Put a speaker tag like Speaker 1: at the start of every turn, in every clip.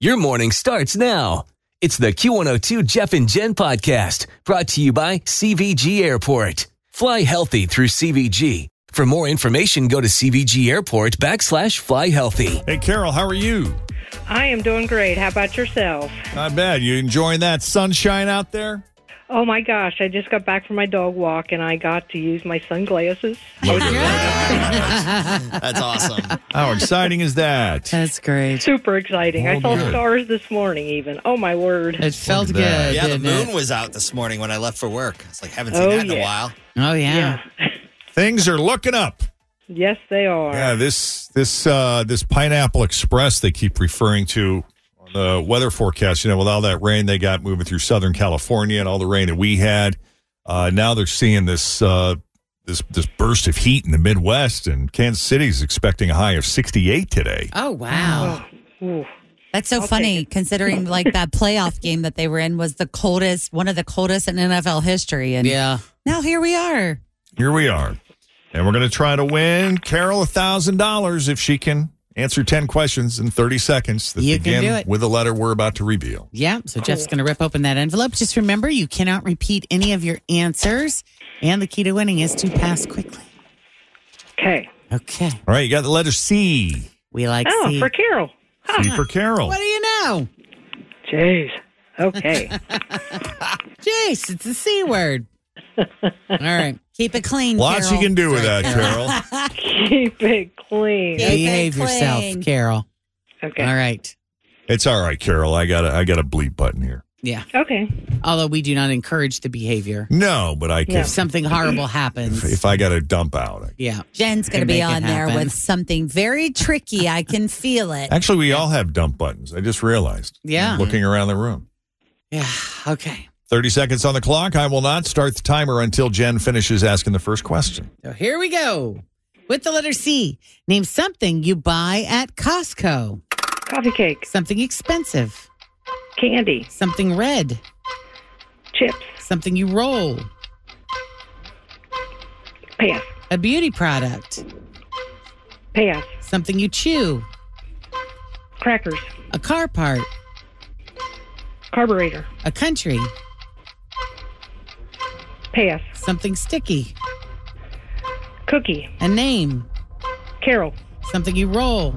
Speaker 1: Your morning starts now. It's the Q102 Jeff and Jen podcast brought to you by CVG Airport. Fly healthy through CVG. For more information, go to CVG Airport backslash fly healthy.
Speaker 2: Hey, Carol, how are you?
Speaker 3: I am doing great. How about yourself?
Speaker 2: Not bad. You enjoying that sunshine out there?
Speaker 3: Oh my gosh, I just got back from my dog walk and I got to use my sunglasses.
Speaker 4: That's awesome.
Speaker 2: How exciting is that?
Speaker 5: That's great.
Speaker 3: Super exciting. I
Speaker 2: Oh,
Speaker 3: saw
Speaker 2: good.
Speaker 3: stars this morning even. Oh my word.
Speaker 5: It felt
Speaker 2: at
Speaker 5: good.
Speaker 2: that.
Speaker 4: Yeah, the
Speaker 5: didn't it?
Speaker 4: moon was out this morning when I left for work. It's like haven't seen
Speaker 3: Oh,
Speaker 4: that in
Speaker 3: yeah.
Speaker 4: a while.
Speaker 5: Oh yeah.
Speaker 2: Things are looking up.
Speaker 3: Yes, they are.
Speaker 2: Yeah, this this uh this pineapple express they keep referring to on the weather forecast, you know, with all that rain they got moving through Southern California and all the rain that we had. Uh now they're seeing this uh this this burst of heat in the Midwest and Kansas City's expecting a high of 68 today.
Speaker 5: Oh wow.
Speaker 3: Ooh.
Speaker 6: That's so funny, considering like that playoff game that they were in was the coldest, one of the coldest in NFL history, and
Speaker 5: Yeah.
Speaker 6: now here we are.
Speaker 2: Here we are. And we're going to try to win Carol $1,000 if she can answer 10 questions in 30 seconds that
Speaker 5: You can
Speaker 2: begin
Speaker 5: do it.
Speaker 2: with a letter we're about to reveal.
Speaker 5: Yeah. So Jeff's going to rip open that envelope. Just remember, you cannot repeat any of your answers, and the key to winning is to pass quickly.
Speaker 3: Okay.
Speaker 5: Okay.
Speaker 2: All right, you got the letter C.
Speaker 5: We like
Speaker 3: Oh,
Speaker 5: C.
Speaker 3: for Carol.
Speaker 2: C for Carol.
Speaker 5: What do you know?
Speaker 3: Jeez. Okay.
Speaker 5: Jace, it's a C word. All right.
Speaker 6: Keep it clean.
Speaker 2: Lots you
Speaker 6: Carol.
Speaker 2: can do with that, Carol.
Speaker 3: Keep it clean.
Speaker 6: Yeah.
Speaker 5: Behave yourself,
Speaker 6: clean.
Speaker 5: Carol.
Speaker 3: Okay.
Speaker 5: All right.
Speaker 2: it's all right, Carol. I got a I got a bleep button here.
Speaker 5: Yeah.
Speaker 3: Okay.
Speaker 5: Although we do not encourage the behavior.
Speaker 2: No, but I can.
Speaker 5: If something horrible happens.
Speaker 2: If, if I got to dump out. I-
Speaker 5: yeah.
Speaker 6: Jen's going to
Speaker 5: Can
Speaker 6: be
Speaker 5: make it
Speaker 6: on there
Speaker 5: happen.
Speaker 6: with something very tricky. I can feel it.
Speaker 2: Actually, we all have dump buttons. I just realized.
Speaker 5: Yeah.
Speaker 2: Looking around the room.
Speaker 5: Yeah. Okay.
Speaker 2: 30 seconds on the clock. I will not start the timer until Jen finishes asking the first question.
Speaker 5: So here we go. With the letter C, name something you buy at Costco.
Speaker 3: Coffee cake,
Speaker 5: Something expensive,
Speaker 3: candy,
Speaker 5: something red,
Speaker 3: chips,
Speaker 5: something you roll,
Speaker 3: pass,
Speaker 5: a beauty product,
Speaker 3: pass,
Speaker 5: something you chew,
Speaker 3: crackers,
Speaker 5: a car part,
Speaker 3: carburetor,
Speaker 5: a country,
Speaker 3: pass,
Speaker 5: something sticky,
Speaker 3: cookie,
Speaker 5: a name,
Speaker 3: Carol,
Speaker 5: something you roll,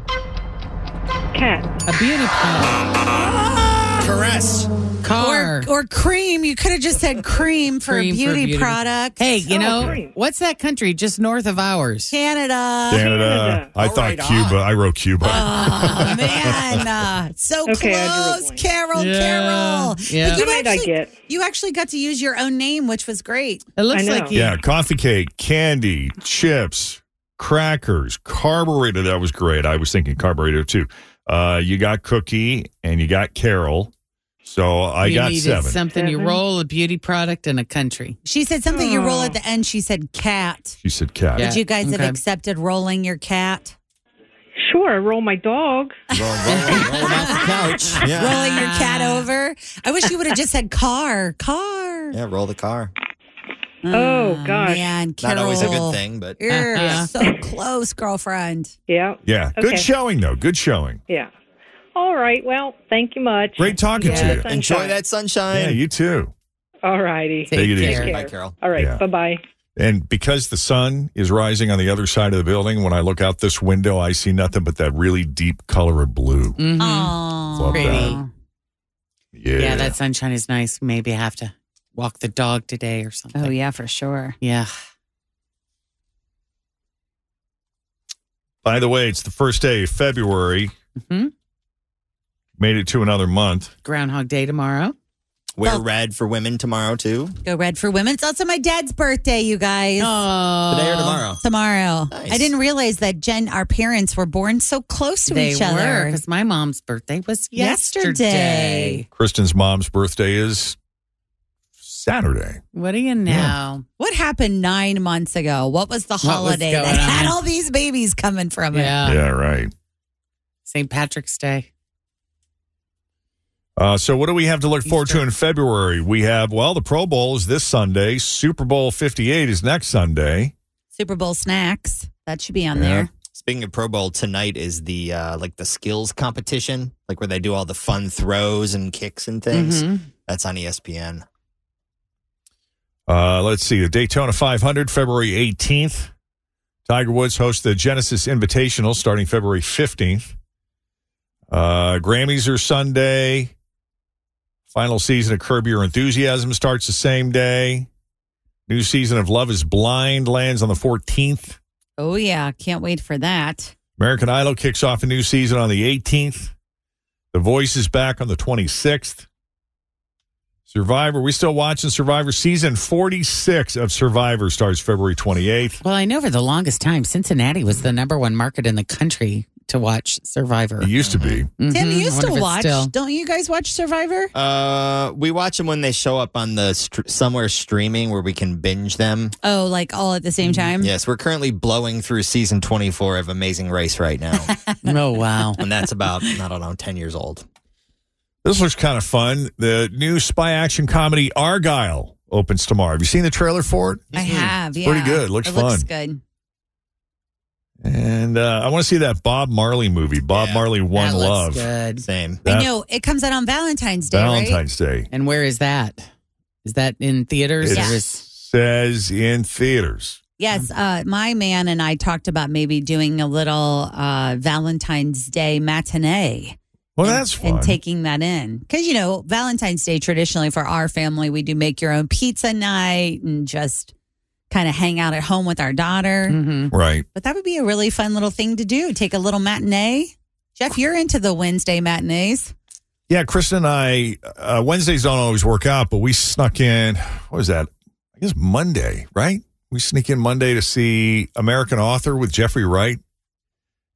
Speaker 3: cat,
Speaker 5: a beauty product,
Speaker 4: Caress.
Speaker 5: car.
Speaker 6: Or, or cream. You could have just said cream for
Speaker 5: Cream
Speaker 6: a
Speaker 5: for
Speaker 6: beauty,
Speaker 5: beauty.
Speaker 6: product.
Speaker 5: hey, you
Speaker 3: Oh,
Speaker 5: know,
Speaker 3: great.
Speaker 5: what's that country just north of ours?
Speaker 6: Canada.
Speaker 2: Canada. I
Speaker 4: All
Speaker 2: thought
Speaker 4: right,
Speaker 2: Cuba. I wrote Cuba.
Speaker 6: Oh, man. Uh, so
Speaker 3: Okay, I drew a
Speaker 6: close.
Speaker 3: blank.
Speaker 6: Carol,
Speaker 5: Yeah,
Speaker 6: Carol.
Speaker 5: yeah.
Speaker 6: But you
Speaker 3: What did I
Speaker 6: actually,
Speaker 3: get?
Speaker 6: you actually got to use your own name, which was great.
Speaker 5: It looks
Speaker 3: I know.
Speaker 5: like you.
Speaker 2: yeah, coffee cake, candy, chips, crackers, carburetor. That was great. I was thinking carburetor too. Uh, you got cookie and you got Carol. So I
Speaker 5: you
Speaker 2: got
Speaker 5: needed
Speaker 2: seven.
Speaker 5: Something you
Speaker 3: Seven.
Speaker 5: roll, a beauty product, and a country.
Speaker 6: She said something you roll
Speaker 3: Oh.
Speaker 6: at the end. She said cat.
Speaker 2: she said cat.
Speaker 5: Yeah.
Speaker 6: Would you guys
Speaker 5: Okay.
Speaker 6: have accepted rolling your cat?
Speaker 3: Sure, I roll my dog.
Speaker 4: Roll, roll, roll him off the couch. Yeah.
Speaker 6: Rolling your cat
Speaker 5: Ah.
Speaker 6: over? I wish you would have just said car. Car. Mm,
Speaker 4: Yeah, roll the car.
Speaker 3: Oh, gosh.
Speaker 6: Man, Carol.
Speaker 4: Not always a good thing, but
Speaker 6: You're
Speaker 5: Yeah.
Speaker 6: so close, girlfriend.
Speaker 3: Yeah.
Speaker 2: Yeah. Good
Speaker 3: Okay.
Speaker 2: showing, though. Good showing.
Speaker 3: Yeah. All right. Well, thank you much.
Speaker 2: Great talking
Speaker 3: Yeah,
Speaker 2: to you.
Speaker 3: thank-
Speaker 4: enjoy
Speaker 3: Sunshine.
Speaker 4: that
Speaker 2: Yeah,
Speaker 4: sunshine.
Speaker 2: you too.
Speaker 3: All righty.
Speaker 2: Take it
Speaker 5: Take
Speaker 2: easy.
Speaker 5: care.
Speaker 4: Bye, Carol.
Speaker 3: All right.
Speaker 2: Yeah.
Speaker 3: Bye bye.
Speaker 2: And because the sun is rising on the other side of the building, when I look out this window, I see nothing but that really deep color of blue.
Speaker 5: Mm-hmm.
Speaker 2: Love
Speaker 6: Oh,
Speaker 2: that.
Speaker 5: Pretty.
Speaker 2: Yeah.
Speaker 5: Yeah. that sunshine is nice. Maybe I have to walk the dog today or something.
Speaker 7: Oh, yeah, for sure.
Speaker 5: Yeah.
Speaker 2: By the way, it's the first day of February.
Speaker 5: hmm
Speaker 2: Made it to another month.
Speaker 5: Groundhog Day tomorrow.
Speaker 4: Wear
Speaker 6: Well-
Speaker 4: red for women tomorrow too.
Speaker 6: go red for women. It's also my dad's birthday, you guys.
Speaker 5: Oh.
Speaker 4: Today or tomorrow?
Speaker 6: Tomorrow.
Speaker 4: Nice.
Speaker 6: I didn't realize that Jen, our parents, were born so close to
Speaker 5: They
Speaker 6: each
Speaker 5: were
Speaker 6: other.
Speaker 5: because my mom's birthday was yesterday.
Speaker 6: Yesterday.
Speaker 2: Kristen's mom's birthday is Saturday.
Speaker 5: What do you know?
Speaker 6: What happened nine months ago? What was the
Speaker 5: was
Speaker 6: holiday
Speaker 5: going
Speaker 6: that had
Speaker 5: on?
Speaker 6: all these babies coming from it?
Speaker 5: Yeah.
Speaker 2: yeah, right.
Speaker 5: St. Patrick's Day.
Speaker 2: Uh, so, what do we have to look forward to
Speaker 5: Easter.
Speaker 2: in February? We have, well, the Pro Bowl is this Sunday. Super Bowl 58 is next Sunday.
Speaker 6: Super Bowl snacks. That should be
Speaker 2: Yeah.
Speaker 6: on there.
Speaker 4: Speaking of Pro Bowl, tonight is the uh, like the skills competition, like where they do all the fun throws and kicks and things.
Speaker 5: Mhm.
Speaker 4: That's on E ESPN.
Speaker 2: Uh, let's see. The Daytona 500, February 18th. Tiger Woods hosts the Genesis Invitational starting February 15th. Uh, Grammys are Sunday. Final season of Curb Your Enthusiasm starts the same day. New season of Love is Blind lands on the 14th.
Speaker 6: Oh, yeah. Can't wait for that.
Speaker 2: American Idol kicks off a new season on the 18th. The Voice is back on the 26th. Survivor, we still watching Survivor season 46 of Survivor starts February 28th.
Speaker 5: Well, I know for the longest time, Cincinnati was the number one market in the country to watch Survivor.
Speaker 2: It used to be.
Speaker 6: Tim,
Speaker 5: Mhm.
Speaker 6: you
Speaker 5: I
Speaker 6: used
Speaker 5: wonder
Speaker 6: to
Speaker 5: if it's
Speaker 6: watch.
Speaker 5: still-
Speaker 6: Don't you guys watch Survivor?
Speaker 4: Uh, we watch them when they show up on the str- somewhere streaming where we can binge them.
Speaker 6: Oh, like all at the same
Speaker 5: Mm.
Speaker 6: time?
Speaker 4: Yes, we're currently blowing through season 24 of Amazing Race right now.
Speaker 5: Oh, wow.
Speaker 4: and that's about, I don't know, 10 years old.
Speaker 2: This looks kind of fun. The new spy action comedy Argyle opens tomorrow. Have you seen the trailer for it?
Speaker 6: I have. Yeah.
Speaker 2: Mm-hmm. pretty good. Looks
Speaker 6: it Looks
Speaker 2: fun.
Speaker 6: good.
Speaker 2: And uh, I want to see that Bob Marley movie, Bob
Speaker 4: Yeah,
Speaker 2: Marley One
Speaker 5: that
Speaker 2: Love.
Speaker 5: Looks good.
Speaker 4: Same.
Speaker 2: That-
Speaker 6: I know. It comes out on Valentine's Day, right?
Speaker 2: Valentine's Day.
Speaker 5: And where is that? Is that in theaters?
Speaker 2: It
Speaker 5: Or is,
Speaker 2: says in theaters.
Speaker 6: Yes,
Speaker 2: Mm-hmm.
Speaker 6: uh, my man and I talked about maybe doing a little uh, Valentine's Day matinee
Speaker 2: Well,
Speaker 6: and,
Speaker 2: that's fun.
Speaker 6: and taking that in because you know Valentine's Day traditionally for our family we do make your own pizza night and just kind of hang out at home with our daughter.
Speaker 5: Mhm.
Speaker 2: right.
Speaker 6: But that would be a really fun little thing to do. Take a little matinee. Jeff, you're into the Wednesday matinees.
Speaker 2: Yeah, Kristen and I, uh, Wednesdays don't always work out, but we snuck in, what was that? I guess Monday, right? We sneak in Monday to see American Author with Jeffrey Wright.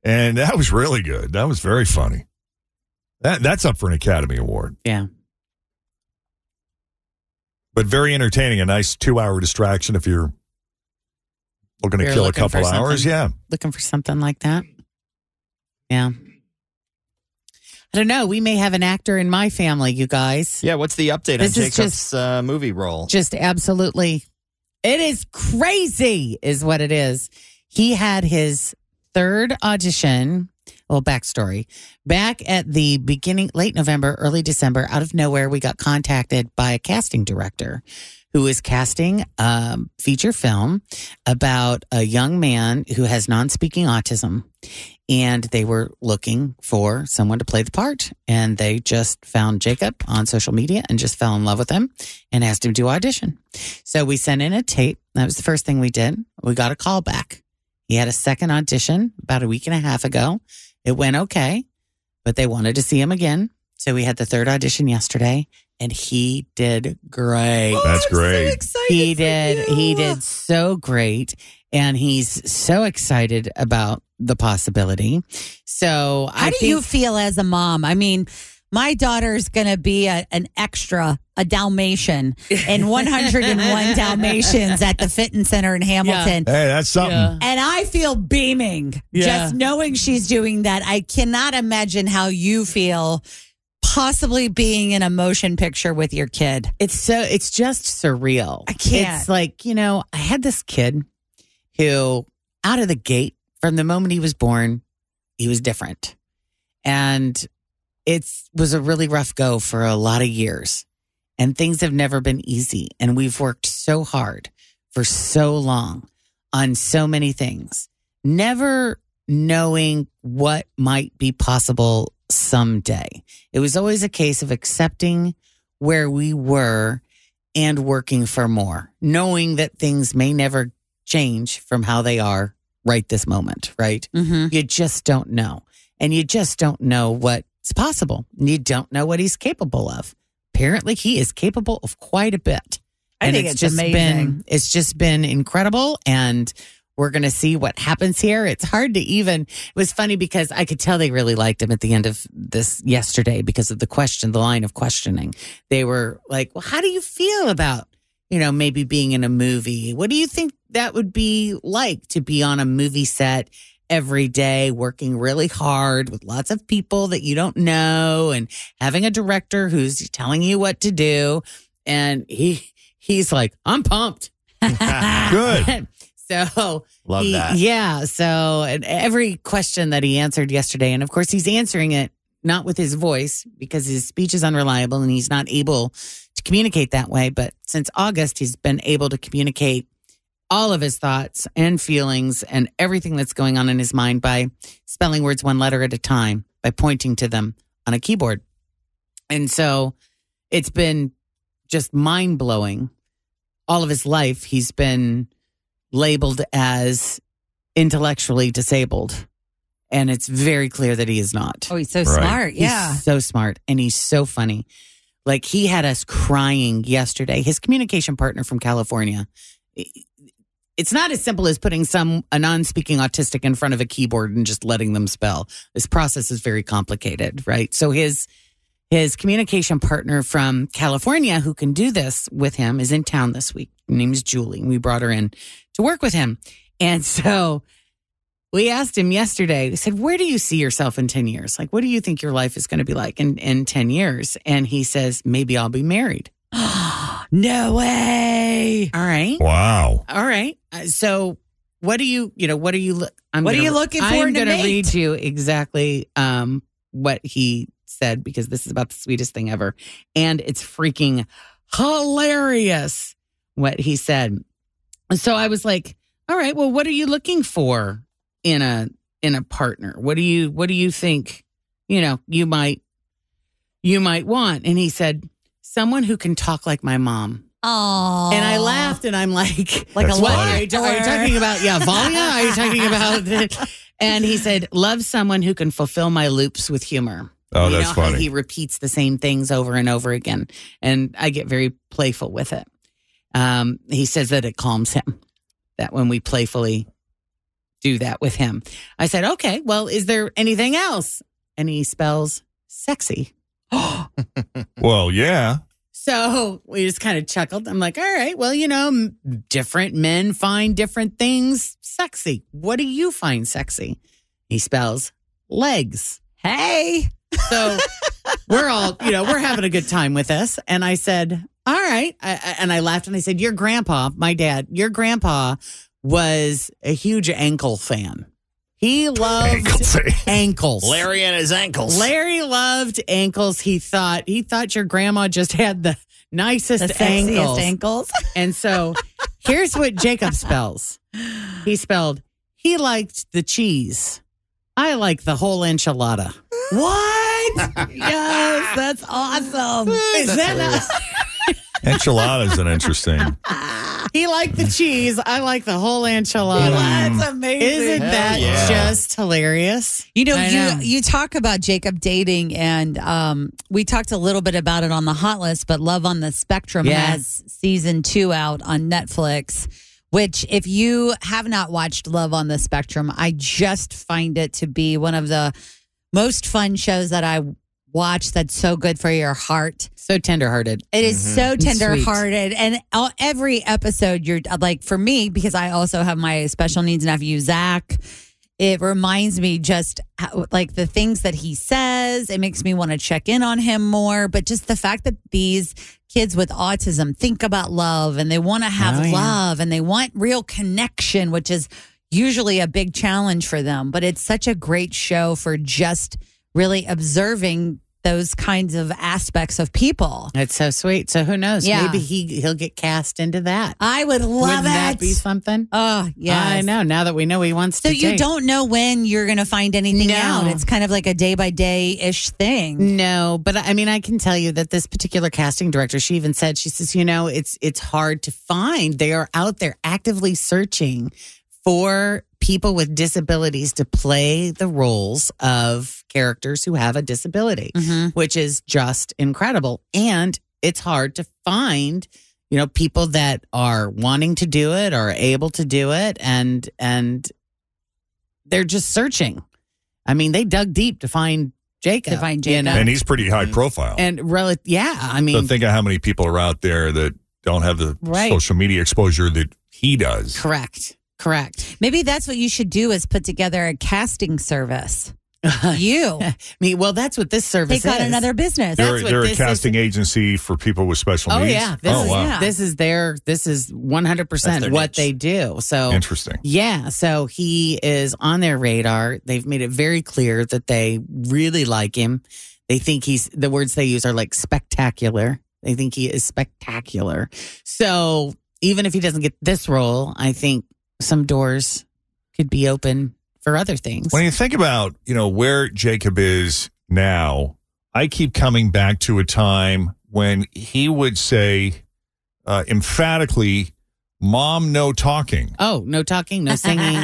Speaker 2: And that was really good. That was very funny. That That's up for an Academy Award,
Speaker 5: Yeah.
Speaker 2: but very entertaining. A nice two hour distraction if you're looking to
Speaker 5: You're
Speaker 2: kill a
Speaker 5: looking for
Speaker 2: couple hours.
Speaker 5: something.
Speaker 2: Yeah.
Speaker 5: Looking for something like that. Yeah. I don't know. We may have an actor in my family, you guys.
Speaker 4: Yeah, what's the update
Speaker 5: This
Speaker 4: on
Speaker 5: is
Speaker 4: Jacob's
Speaker 5: just-
Speaker 4: uh, movie role?
Speaker 5: Just absolutely. It is crazy, is what it is. He had his third audition. Well, backstory. Back at the beginning, late November, early December, out of nowhere, we got contacted by a casting director who is casting a feature film about a young man who has non speaking autism. And they were looking for someone to play the part. And they just found Jacob on social media and just fell in love with him and asked him to audition. So we sent in a tape. That was the first thing we did. We got a call back. He had a second audition about a week and a half ago. It went okay, but they wanted to see him again. So we had the third audition yesterday and he did great.
Speaker 2: That's great.
Speaker 5: He did. He did so great. And he's so excited about the possibility. So
Speaker 6: How
Speaker 5: I
Speaker 6: do
Speaker 5: think
Speaker 6: you feel as a mom? I mean, my daughter's going to be a, an extra, a Dalmatian, and 101 Dalmatians at the Fitton Center in Hamilton.
Speaker 2: Hey, that's something.
Speaker 5: Yeah.
Speaker 6: And I feel beaming
Speaker 5: Yeah.
Speaker 6: just knowing she's doing that. I cannot imagine how you feel possibly being in a motion picture with your kid.
Speaker 5: It's so it's just surreal.
Speaker 6: I can't.
Speaker 5: It's like, you know, I had this kid who out of the gate from the moment he was born, he was different. And it's was a really rough go for a lot of years. And things have never been easy and we've worked so hard for so long on so many things, never knowing what might be possible someday. It was always a case of accepting where we were and working for more, knowing that things may never change from how they are right this moment, right?
Speaker 6: Mm-hmm.
Speaker 5: You just don't know. And you just don't know what's possible. You don't know what he's capable of. Apparently, he is capable of quite a bit.
Speaker 6: I
Speaker 5: and
Speaker 6: think it's
Speaker 5: just
Speaker 6: amazing.
Speaker 5: been it's just been incredible and we're going to see what happens here. It's hard to even it was funny because I could tell they really liked him at the end of this yesterday because of the question, the line of questioning. They were like, "Well, how do you feel about, you know, maybe being in a movie? What do you think that would be like to be on a movie set every day, working really hard with lots of people that you don't know and having a director who's telling you what to do?" And he he's like, "I'm pumped."
Speaker 2: Good.
Speaker 5: so
Speaker 4: Love
Speaker 5: he-
Speaker 4: that.
Speaker 5: Yeah. So and every question that he answered yesterday, and of course he's answering it not with his voice because his speech is unreliable and he's not able to communicate that way. But since August, he's been able to communicate all of his thoughts and feelings and everything that's going on in his mind by spelling words one letter at a time by pointing to them on a keyboard. And so it's been just mind blowing. All of his life, he's been labeled as intellectually disabled. And it's very clear that he is not.
Speaker 6: Oh, he's so
Speaker 2: Right.
Speaker 6: smart. Yeah.
Speaker 5: He's so smart and he's so funny. Like he had us crying yesterday. His communication partner from California. It's not as simple as putting some a non-speaking autistic in front of a keyboard and just letting them spell. This process is very complicated, right? So his his communication partner from California who can do this with him is in town this week. Her name is Julie. and We brought her in to work with him. And so we asked him yesterday, we said, Where do you see yourself in 10 years? Like, what do you think your life is going to be like in, in 10 years? And he says, Maybe I'll be married.
Speaker 6: no way.
Speaker 5: All right.
Speaker 2: Wow.
Speaker 5: All right. Uh, so, what do you, you know, what are you, look? I'm
Speaker 6: What are
Speaker 5: gonna,
Speaker 6: you looking for
Speaker 5: I'm
Speaker 6: in a
Speaker 5: gonna
Speaker 6: mate?
Speaker 5: read you exactly um, what he said because this is about the sweetest thing ever. And it's freaking hilarious what he said. So I was like, all right, well, what are you looking for in a in a partner? What do you what do you think, you know, you might you might want? And he said, someone who can talk like my mom.
Speaker 6: Oh.
Speaker 5: And I laughed and I'm like,
Speaker 6: Like
Speaker 2: That's
Speaker 6: a
Speaker 5: what
Speaker 6: lot.
Speaker 2: funny.
Speaker 5: are you, are you talking about? Yeah, Valia? Are you talking about? and he said, love someone who can fulfill my loops with humor.
Speaker 2: Oh,
Speaker 5: You
Speaker 2: that's
Speaker 5: know how
Speaker 2: funny.
Speaker 5: he repeats the same things over and over again. And I get very playful with it. Um, he says that it calms him, that when we playfully do that with him. I said, okay, well, is there anything else? And he spells sexy.
Speaker 2: well, yeah.
Speaker 5: So we just kind of chuckled. I'm like, all right, well, you know, m- different men find different things sexy. What do you find sexy? He spells legs.
Speaker 6: Hey.
Speaker 5: So we're all, you know, we're having a good time with this. And I said, all right. I, I- and I laughed and I said, your grandpa, my dad, your grandpa was a huge ankle fan. He loved ankles.
Speaker 4: Larry and his ankles.
Speaker 5: Larry loved ankles. He thought he thought your grandma just had the nicest
Speaker 6: The sexiest
Speaker 5: ankles.
Speaker 6: ankles.
Speaker 5: and so here's what Jacob spells. He spelled he liked the cheese. I like the whole enchilada.
Speaker 6: What? yes, that's awesome.
Speaker 5: Is that not-
Speaker 2: Enchiladas an interesting.
Speaker 5: he liked the cheese. I like the whole enchilada.
Speaker 6: That's
Speaker 2: Hmm.
Speaker 6: amazing.
Speaker 5: Isn't that
Speaker 4: yeah.
Speaker 5: just hilarious?
Speaker 6: You know,
Speaker 5: I know.
Speaker 6: you you talk about Jacob dating, and um, we talked a little bit about it on the hot list. But Love on the Spectrum
Speaker 5: Yeah.
Speaker 6: has season two out on Netflix. Which, if you have not watched Love on the Spectrum, I just find it to be one of the most fun shows that I watch. That's so good for your heart.
Speaker 5: So tenderhearted.
Speaker 6: It is so
Speaker 5: Mm-hmm. It's sweet.
Speaker 6: tenderhearted, and all, every episode, you're uh, like for me because I also have my special needs nephew Zach. It reminds me just how, like the things that he says. It makes me want to check in on him more. But just the fact that these kids with autism think about love and they want to have
Speaker 5: Oh, yeah.
Speaker 6: love and they want real connection, which is usually a big challenge for them. But it's such a great show for just really observing those kinds of aspects of people.
Speaker 5: That's so sweet. So who knows?
Speaker 6: Yeah.
Speaker 5: Maybe he he'll get cast into that.
Speaker 6: I would love
Speaker 5: Wouldn't that
Speaker 6: it.
Speaker 5: be something?
Speaker 6: oh, yeah.
Speaker 5: I know. Now that we know he wants
Speaker 6: So
Speaker 5: to,
Speaker 6: you
Speaker 5: date.
Speaker 6: don't know when you're going to find anything
Speaker 5: No.
Speaker 6: out. It's kind of like a day by day ish thing.
Speaker 5: No, but I mean, I can tell you that this particular casting director, she even said, she says, you know, it's it's hard to find. They are out there actively searching for people with disabilities to play the roles of characters who have a disability,
Speaker 6: Mm-hmm.
Speaker 5: which is just incredible. And it's hard to find, you know, people that are wanting to do it or able to do it, and and they're just searching. I mean, they dug deep to find. Jacob,
Speaker 6: To find
Speaker 5: you know?
Speaker 6: Jacob.
Speaker 2: and he's pretty high profile.
Speaker 5: And rel- yeah, I mean,
Speaker 2: so think of how many people are out there that don't have the
Speaker 5: Right.
Speaker 2: social media exposure that he does.
Speaker 5: correct, correct.
Speaker 6: Maybe that's what you should do is put together a casting service. You
Speaker 5: Me, well, that's what this service
Speaker 6: take on
Speaker 5: is.
Speaker 6: another
Speaker 5: That's
Speaker 6: business.
Speaker 2: They're,
Speaker 5: what
Speaker 2: they're a
Speaker 5: this is.
Speaker 2: casting agency for people with special
Speaker 5: Oh
Speaker 2: needs.
Speaker 5: yeah, this
Speaker 2: oh
Speaker 5: is
Speaker 2: wow,
Speaker 6: yeah.
Speaker 5: this is their this is one hundred
Speaker 4: That's
Speaker 5: percent
Speaker 4: their
Speaker 5: what
Speaker 4: niche.
Speaker 5: they do. So
Speaker 2: interesting.
Speaker 5: yeah, so he is on their radar. They've made it very clear that they really like him. They think he's the words they use are like spectacular. They think he is spectacular. So even if he doesn't get this role, I think some doors could be open for other things.
Speaker 2: When you think about, you know, where Jacob is now, I keep coming back to a time when he would say uh, emphatically, "Mom, no talking.
Speaker 5: Oh, no talking, no singing.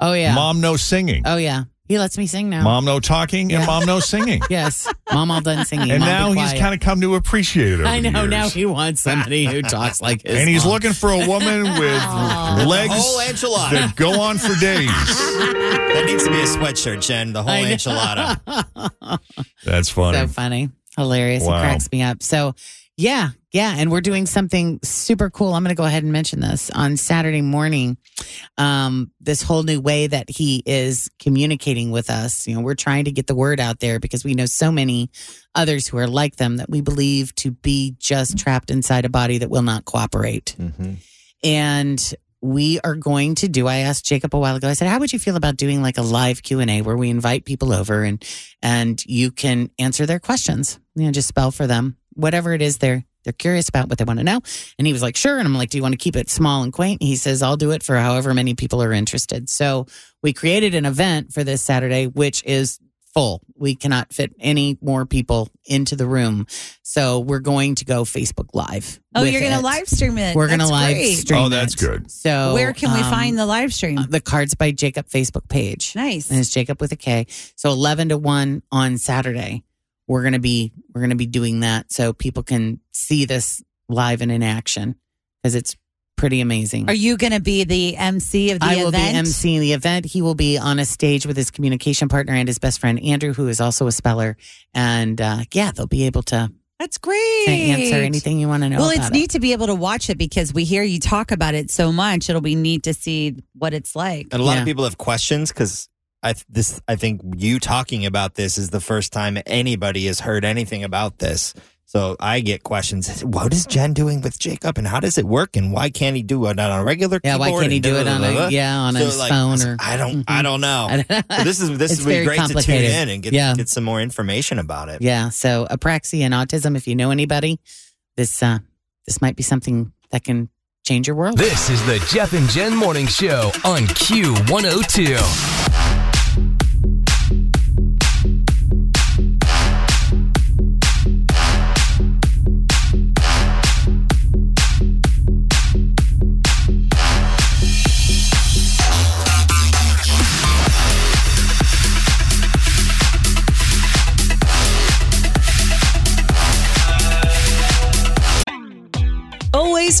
Speaker 5: Oh yeah.
Speaker 2: Mom, no singing.
Speaker 5: Oh yeah. He lets me sing now.
Speaker 2: Mom, no talking, and
Speaker 5: Yeah.
Speaker 2: mom, no singing."
Speaker 5: Yes. Mom all done singing.
Speaker 2: and
Speaker 5: Mom,
Speaker 2: now
Speaker 5: be
Speaker 2: he's
Speaker 5: quiet.
Speaker 2: kind of come to appreciate it. Over
Speaker 5: I
Speaker 2: the
Speaker 5: know.
Speaker 2: years.
Speaker 5: Now he wants somebody who talks like his.
Speaker 2: and he's
Speaker 5: mom.
Speaker 2: looking for a woman with
Speaker 6: Aw.
Speaker 2: legs
Speaker 4: whole enchilada.
Speaker 2: that go on for days.
Speaker 4: That needs to be a sweatshirt, Jen. The whole
Speaker 5: I know.
Speaker 4: enchilada.
Speaker 2: That's
Speaker 5: so
Speaker 2: funny.
Speaker 5: funny. Hilarious.
Speaker 2: Wow.
Speaker 5: It cracks me up. So yeah, yeah. And we're doing something super cool. I'm gonna go ahead and mention this on Saturday morning. Um, this whole new way that he is communicating with us. You know, we're trying to get the word out there because we know so many others who are like them that we believe to be just trapped inside a body that will not cooperate.
Speaker 4: Mhm.
Speaker 5: and we are going to do i asked jacob a while ago i said how would you feel about doing like a live q&a where we invite people over and and you can answer their questions you know just spell for them whatever it is they're they're curious about what they want to know and he was like sure and i'm like do you want to keep it small and quaint and he says i'll do it for however many people are interested so we created an event for this saturday which is full we cannot fit any more people into the room so we're going to go facebook live
Speaker 6: Oh,
Speaker 5: with
Speaker 6: you're going to
Speaker 5: it.
Speaker 6: live stream it.
Speaker 5: We're going to
Speaker 6: That's
Speaker 5: live
Speaker 6: great.
Speaker 5: stream.
Speaker 2: Oh, that's
Speaker 5: it.
Speaker 2: good.
Speaker 5: So,
Speaker 6: Where can we
Speaker 5: um,
Speaker 6: find the live stream?
Speaker 5: uh, the Cards by Jacob Facebook page?
Speaker 6: nice.
Speaker 5: And it's Jacob with a K. So eleven to one on Saturday. We're gonna be we're gonna be doing that so people can see this live and in action because it's pretty amazing.
Speaker 6: Are you going to be the MC of the
Speaker 5: I
Speaker 6: event?
Speaker 5: will be emceeing the event. He will be on a stage with his communication partner and his best friend Andrew, who is also a speller. And uh, yeah, they'll be able to
Speaker 6: That's great.
Speaker 5: to answer anything you want to know.
Speaker 6: Well, it's
Speaker 5: about it.
Speaker 6: neat to be able to watch it because we hear you talk about it so much. It'll be neat to see what it's like.
Speaker 4: And a lot
Speaker 5: Yeah.
Speaker 4: of people have questions because I th- this I think you talking about this is the first time anybody has heard anything about this. So I get questions. What is Jen doing with Jacob, and how does it work, and why can't he do it on a regular?
Speaker 5: Yeah, why
Speaker 4: keyboard
Speaker 5: can't he
Speaker 4: and
Speaker 5: do it on
Speaker 4: da-da-da-da-da?
Speaker 5: a yeah on
Speaker 4: So,
Speaker 5: his
Speaker 4: like,
Speaker 5: phone or? Mm-hmm.
Speaker 4: I don't I don't know. So Oh. this is this
Speaker 5: It's
Speaker 4: would be
Speaker 5: very
Speaker 4: great to tune
Speaker 5: complicated.
Speaker 4: in and get
Speaker 5: Yeah.
Speaker 4: get some more information about it.
Speaker 5: Yeah. So apraxia and autism. If you know anybody, this uh, this might be something that can change your world.
Speaker 1: This is the Jeff and Jen Morning Show on Q102.
Speaker 7: Always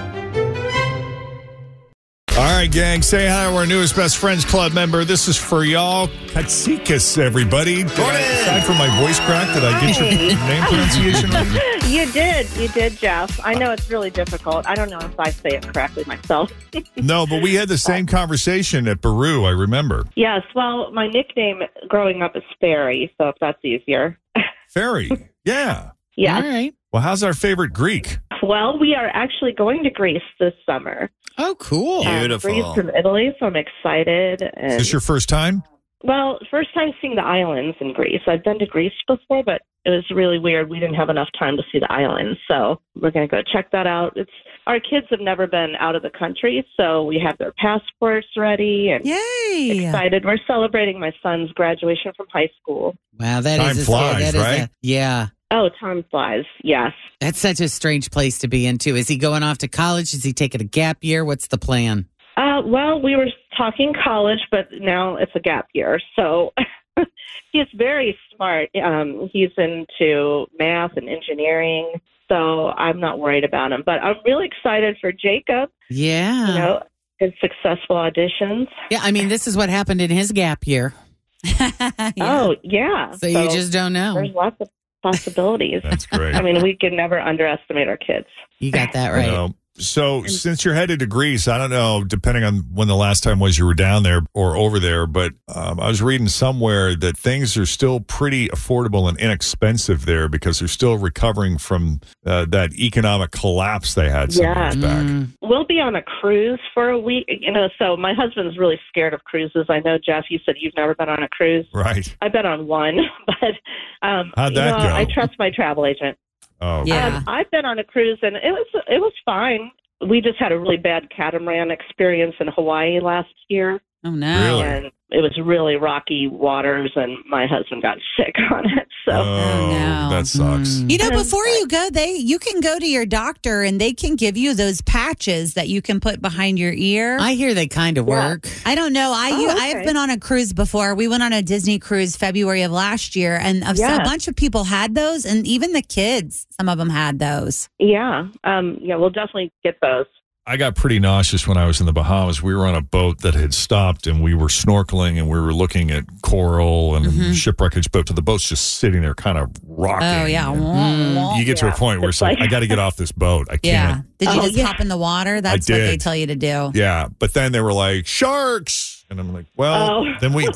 Speaker 2: All right, gang, say hi to our newest Best Friends Club member. This is for y'all, Katsikas, everybody. Did I- Aside from my voice crack, did I get your name pronunciation right?
Speaker 3: you did. You did, Jeff. I know it's really difficult. I don't know if I say it correctly myself.
Speaker 2: No, but we had the same conversation at Baru, I remember.
Speaker 3: yes. Well, my nickname growing up is Fairy, so if that's easier.
Speaker 2: Fairy, yeah.
Speaker 3: Yeah.
Speaker 2: Well, how's our favorite Greek?
Speaker 3: Well, we are actually going to Greece this summer. Um,
Speaker 5: Oh, cool.
Speaker 3: Greece from Italy, so I'm excited. And
Speaker 2: Is this your first time?
Speaker 3: Well, first time seeing the islands in Greece. I've been to Greece before, but it was really weird. We didn't have enough time to see the islands, so we're going to go check that out. It's our kids have never been out of the country, so we have their passports ready and
Speaker 5: Yay!
Speaker 3: excited. We're celebrating my son's graduation from high school.
Speaker 5: Wow, that is
Speaker 3: Time
Speaker 5: a-
Speaker 3: flies,
Speaker 5: that is a-
Speaker 3: right?
Speaker 5: yeah.
Speaker 3: Oh, time flies. Yes.
Speaker 5: That's such a strange place to be in, too. Is he going off to college? Is he taking a gap year? What's the plan?
Speaker 3: Uh, well, we were talking college, but now it's a gap year. So he's very smart. Um, he's into math and engineering. So I'm not worried about him. But I'm really excited for Jacob.
Speaker 5: Yeah.
Speaker 3: You know, his successful auditions.
Speaker 5: Yeah, I mean, this is what happened in his gap year.
Speaker 3: Oh, yeah.
Speaker 5: So you just don't know.
Speaker 3: There's lots of possibilities.
Speaker 2: That's great.
Speaker 3: I mean, we can never underestimate our kids.
Speaker 5: You got that
Speaker 2: You know, Um, so since you're headed to Greece, I don't know, depending on when the last time was you were down there or over there, but um, I was reading somewhere that things are still pretty affordable and inexpensive there because they're still recovering from uh, that economic collapse they had some years back.
Speaker 5: Mm.
Speaker 3: We'll be on a cruise for a week. You know, so my husband's really scared of cruises. I know, Jeff, you said you've never been on a cruise.
Speaker 2: Right.
Speaker 3: I've been on one, but um,
Speaker 2: How'd
Speaker 3: you
Speaker 2: that
Speaker 3: know,
Speaker 2: go?
Speaker 3: I trust my travel agent.
Speaker 2: Oh,
Speaker 3: Um, I've been on a cruise and it was it was fine. We just had a really bad catamaran experience in Hawaii last year.
Speaker 5: Oh
Speaker 3: no! And it was really rocky waters, and my husband got sick on it. So
Speaker 2: Oh, Uh-huh. that
Speaker 5: Hmm.
Speaker 2: sucks.
Speaker 5: Mm.
Speaker 6: You know, before you go, they you can go to your doctor and they can give you those patches that you can put behind your ear.
Speaker 5: I hear they kind of work.
Speaker 6: I don't know. I
Speaker 5: Oh,
Speaker 6: you,
Speaker 5: okay.
Speaker 6: I've been on a cruise before. We went on a Disney cruise February of last year, and a,
Speaker 3: Yeah.
Speaker 6: a bunch of people had those, and even the kids, some of them had those.
Speaker 3: Yeah, um, yeah, we'll definitely get those.
Speaker 2: I got pretty nauseous when I was in the Bahamas. We were on a boat that had stopped and we were snorkeling and we were looking at coral and shipwreckage, but the boat's just sitting there kind of rocking.
Speaker 6: Mm-hmm.
Speaker 2: Mm.
Speaker 6: Oh yeah,
Speaker 2: You get to a point where it's like, I got to get off this boat. I
Speaker 6: yeah.
Speaker 2: can't.
Speaker 6: Did you
Speaker 3: Oh,
Speaker 6: just
Speaker 3: yeah.
Speaker 6: hop in the water? That's what they
Speaker 2: did.
Speaker 6: tell you to do.
Speaker 2: Yeah. But then they were like, sharks. And I'm like, well,
Speaker 6: Oh.
Speaker 2: then we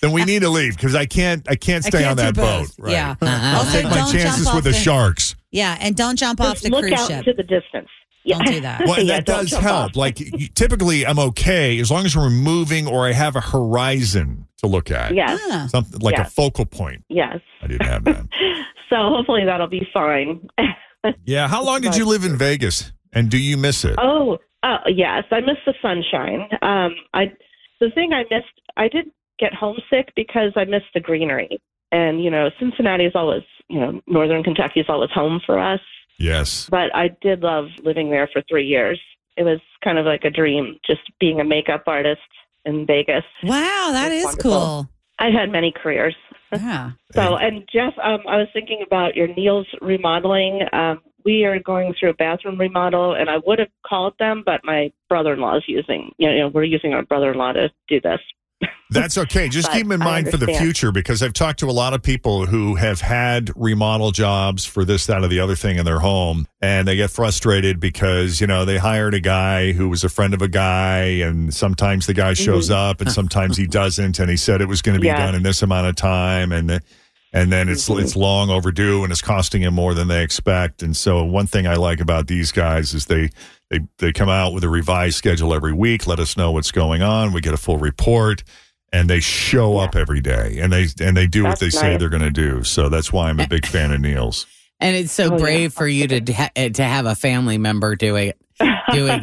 Speaker 2: then we need to leave because I can't I can't
Speaker 6: I
Speaker 2: stay
Speaker 6: can't
Speaker 2: on
Speaker 6: do
Speaker 2: that boat.
Speaker 6: both. Yeah.
Speaker 5: Uh-huh.
Speaker 2: I'll
Speaker 6: Also,
Speaker 2: take my
Speaker 6: don't jump
Speaker 2: chances
Speaker 6: off
Speaker 2: with the
Speaker 6: the-
Speaker 2: sharks.
Speaker 6: Yeah, and don't jump off
Speaker 3: Just
Speaker 6: the
Speaker 3: look
Speaker 6: cruise
Speaker 3: out
Speaker 6: ship.
Speaker 3: to the distance. Yeah.
Speaker 6: Don't do that.
Speaker 2: Well, and that does help. Like you- typically, I'm okay as long as we're moving or I have a horizon to look at.
Speaker 3: Yes.
Speaker 6: Ah.
Speaker 2: something like a
Speaker 3: Yes.
Speaker 2: focal point.
Speaker 3: Yes.
Speaker 2: I didn't have that.
Speaker 3: So hopefully that'll be fine.
Speaker 2: yeah. How long did you live in Vegas, and do you miss it?
Speaker 3: Oh, uh, yes, I miss the sunshine. Um, I the thing I missed, I did get homesick because I missed the greenery. And you know, Cincinnati is always, you know, Northern Kentucky is always home for us.
Speaker 2: Yes.
Speaker 3: But I did love living there for three years. It was kind of like a dream, just being a makeup artist in Vegas.
Speaker 6: Ah, Wow, that
Speaker 3: It was
Speaker 6: is
Speaker 3: wonderful.
Speaker 6: cool.
Speaker 3: I've had many careers.
Speaker 6: Yeah.
Speaker 3: So, and Jeff, um, I was thinking about your Neil's remodeling. Um, we are going through a bathroom remodel, and I would have called them, but my brother-in-law is using. You know, we're using our brother-in-law to do this.
Speaker 2: That's okay. Just
Speaker 3: But
Speaker 2: keep in
Speaker 3: I
Speaker 2: mind for the
Speaker 3: understand.
Speaker 2: future because I've talked to a lot of people who have had remodel jobs for this, that, or the other thing in their home, and they get frustrated because, you know, they hired a guy who was a friend of a guy, and sometimes the guy shows
Speaker 3: Mm-hmm.
Speaker 2: up and sometimes he doesn't, and he said it was going to be
Speaker 8: Yeah.
Speaker 2: done in this amount of time, and the- and then it's
Speaker 3: Mm-hmm.
Speaker 2: it's long overdue and it's costing him more than they expect. And so one thing I like about these guys is they they they come out with a revised schedule every week, let us know what's going on, we get a full report, and they show up every day and they and they do what
Speaker 5: That's
Speaker 2: they say
Speaker 5: nice.
Speaker 2: they're going to do. So that's why I'm a big fan of Neil's.
Speaker 5: And it's so
Speaker 2: Oh, yeah.
Speaker 5: brave for you to ha- uh, to have a family member doing it. Doing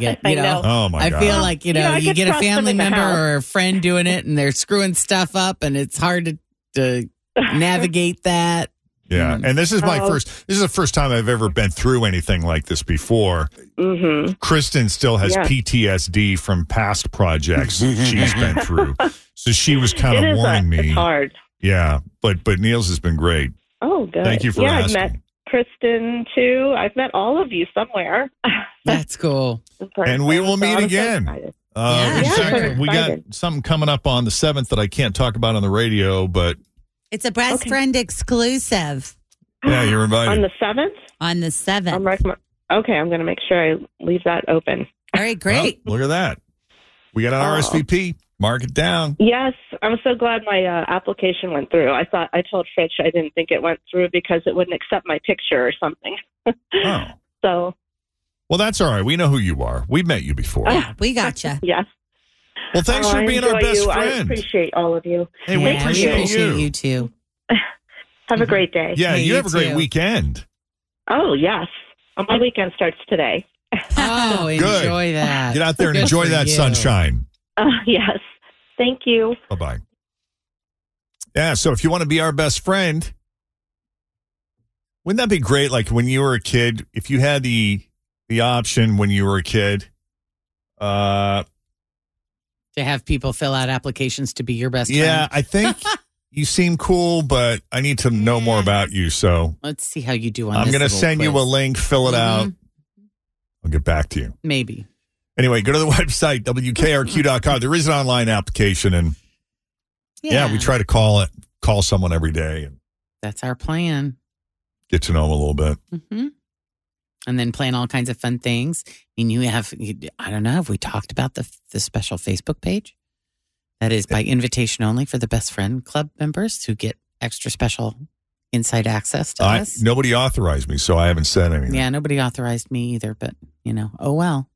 Speaker 5: it,
Speaker 2: I
Speaker 5: you
Speaker 2: know.
Speaker 5: know.
Speaker 2: Oh, my
Speaker 5: I feel
Speaker 2: God.
Speaker 5: like
Speaker 2: You
Speaker 5: you know,
Speaker 2: know, I
Speaker 5: you
Speaker 2: could
Speaker 5: get a
Speaker 2: trust them
Speaker 5: family
Speaker 2: in the
Speaker 5: member
Speaker 2: house.
Speaker 5: or a friend doing it, and they're screwing stuff up, and it's hard to, to navigate that.
Speaker 2: Yeah, and this is my
Speaker 3: Oh.
Speaker 2: first. This is the first time I've ever been through anything like this before.
Speaker 3: Mm-hmm.
Speaker 2: Kristen still has
Speaker 3: Yeah.
Speaker 2: PTSD from past projects she's been through, so she was kind
Speaker 3: It
Speaker 2: of
Speaker 3: is, uh,
Speaker 2: warning me.
Speaker 3: It's hard.
Speaker 2: Yeah, but but Niels has been great.
Speaker 3: Oh, good.
Speaker 2: Thank you for
Speaker 3: yeah,
Speaker 2: asking.
Speaker 3: I've met Kristen too. I've met all of you somewhere.
Speaker 5: That's cool.
Speaker 2: And we will
Speaker 3: So
Speaker 2: meet
Speaker 3: I'm so
Speaker 2: again.
Speaker 3: excited.
Speaker 2: Uh, in
Speaker 3: Yeah,
Speaker 2: fact,
Speaker 3: I'm
Speaker 2: we got
Speaker 3: excited.
Speaker 2: something coming up on the seventh that I can't talk about on the radio, but
Speaker 6: It's a best friend exclusive
Speaker 2: yeah, you're
Speaker 3: On
Speaker 2: invited.
Speaker 3: the seventh.
Speaker 6: on the seventh.
Speaker 3: I'm recommend- okay. I'm going to make sure I leave that open.
Speaker 6: All right, great.
Speaker 2: Look at that. We got an
Speaker 3: Oh.
Speaker 2: RSVP. Mark it down.
Speaker 3: Yes, I'm so glad my uh, application went through. I thought I told Fritch I didn't think it went through because it wouldn't accept my picture or something.
Speaker 2: Oh.
Speaker 3: So
Speaker 2: Well, that's all right. We know who you are. We've met you before.
Speaker 6: yeah, we gotcha.
Speaker 3: yes.
Speaker 2: Well, thanks
Speaker 3: Ah. Oh,
Speaker 2: for
Speaker 3: I
Speaker 2: being our
Speaker 3: enjoy
Speaker 2: best
Speaker 3: you. I
Speaker 2: friend.
Speaker 3: appreciate all of you.
Speaker 2: Hey, we
Speaker 5: Yeah,
Speaker 2: appreciate you.
Speaker 5: you too.
Speaker 3: Have a great day.
Speaker 2: Mm-hmm. Yeah,
Speaker 5: Hey,
Speaker 2: you
Speaker 5: you
Speaker 2: have a great
Speaker 5: too.
Speaker 2: weekend.
Speaker 3: Oh yes. Well, my weekend starts today.
Speaker 5: Oh,
Speaker 2: Good.
Speaker 5: enjoy that.
Speaker 2: Get out there and
Speaker 5: Good
Speaker 2: enjoy
Speaker 5: for
Speaker 2: that
Speaker 5: you.
Speaker 2: sunshine.
Speaker 3: Oh yes. Thank you.
Speaker 2: Bye bye. Yeah, so if you want to be our best friend, wouldn't that be great? Like when you were a kid, if you had the the option when you were a kid, uh,
Speaker 5: To have people fill out applications to be your best
Speaker 2: yeah,
Speaker 5: friend.
Speaker 2: I think you seem cool, but I need to know more about you. So
Speaker 5: Let's see how you do on
Speaker 2: I'm
Speaker 5: this
Speaker 2: going to
Speaker 5: little
Speaker 2: send you a
Speaker 5: quiz.
Speaker 2: link, fill it out.
Speaker 5: Mhm.
Speaker 2: I'll get back to you.
Speaker 5: Maybe.
Speaker 2: Anyway, go to the website, wkrq.com. There is an online application, and yeah, we try to call it, call someone every day and
Speaker 5: That's our plan.
Speaker 2: get to know them a little bit.
Speaker 5: hmm And then plan all kinds of fun things. I mean, you have, you, I don't know, have we talked about the, the special Facebook page? That is by invitation only for the best friend club members who get extra special inside access to
Speaker 2: I,
Speaker 5: us.
Speaker 2: nobody authorized me, so I haven't said anything.
Speaker 5: Yeah, nobody authorized me either, but you know, oh well.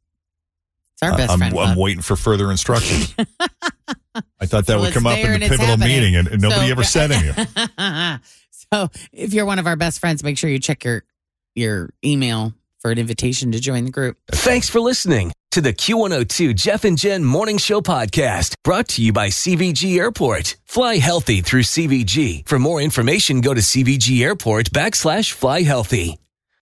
Speaker 5: It's our
Speaker 2: I-
Speaker 5: best
Speaker 2: I'm,
Speaker 5: friend.
Speaker 2: I'm
Speaker 5: club.
Speaker 2: waiting for further instructions. I thought that
Speaker 5: So
Speaker 2: would
Speaker 5: it's
Speaker 2: come up
Speaker 5: there
Speaker 2: in
Speaker 5: and
Speaker 2: the
Speaker 5: it's
Speaker 2: pivotal
Speaker 5: happening.
Speaker 2: meeting, and, and nobody
Speaker 5: So-
Speaker 2: ever said anything.
Speaker 5: so if you're one of our best friends, make sure you check your your email for an invitation to join the group.
Speaker 1: Thanks for listening to the Q102 Jeff and Jen Morning Show podcast brought to you by CVG Airport. Fly healthy through CVG. For more information, go to CVG Airport backslash fly healthy.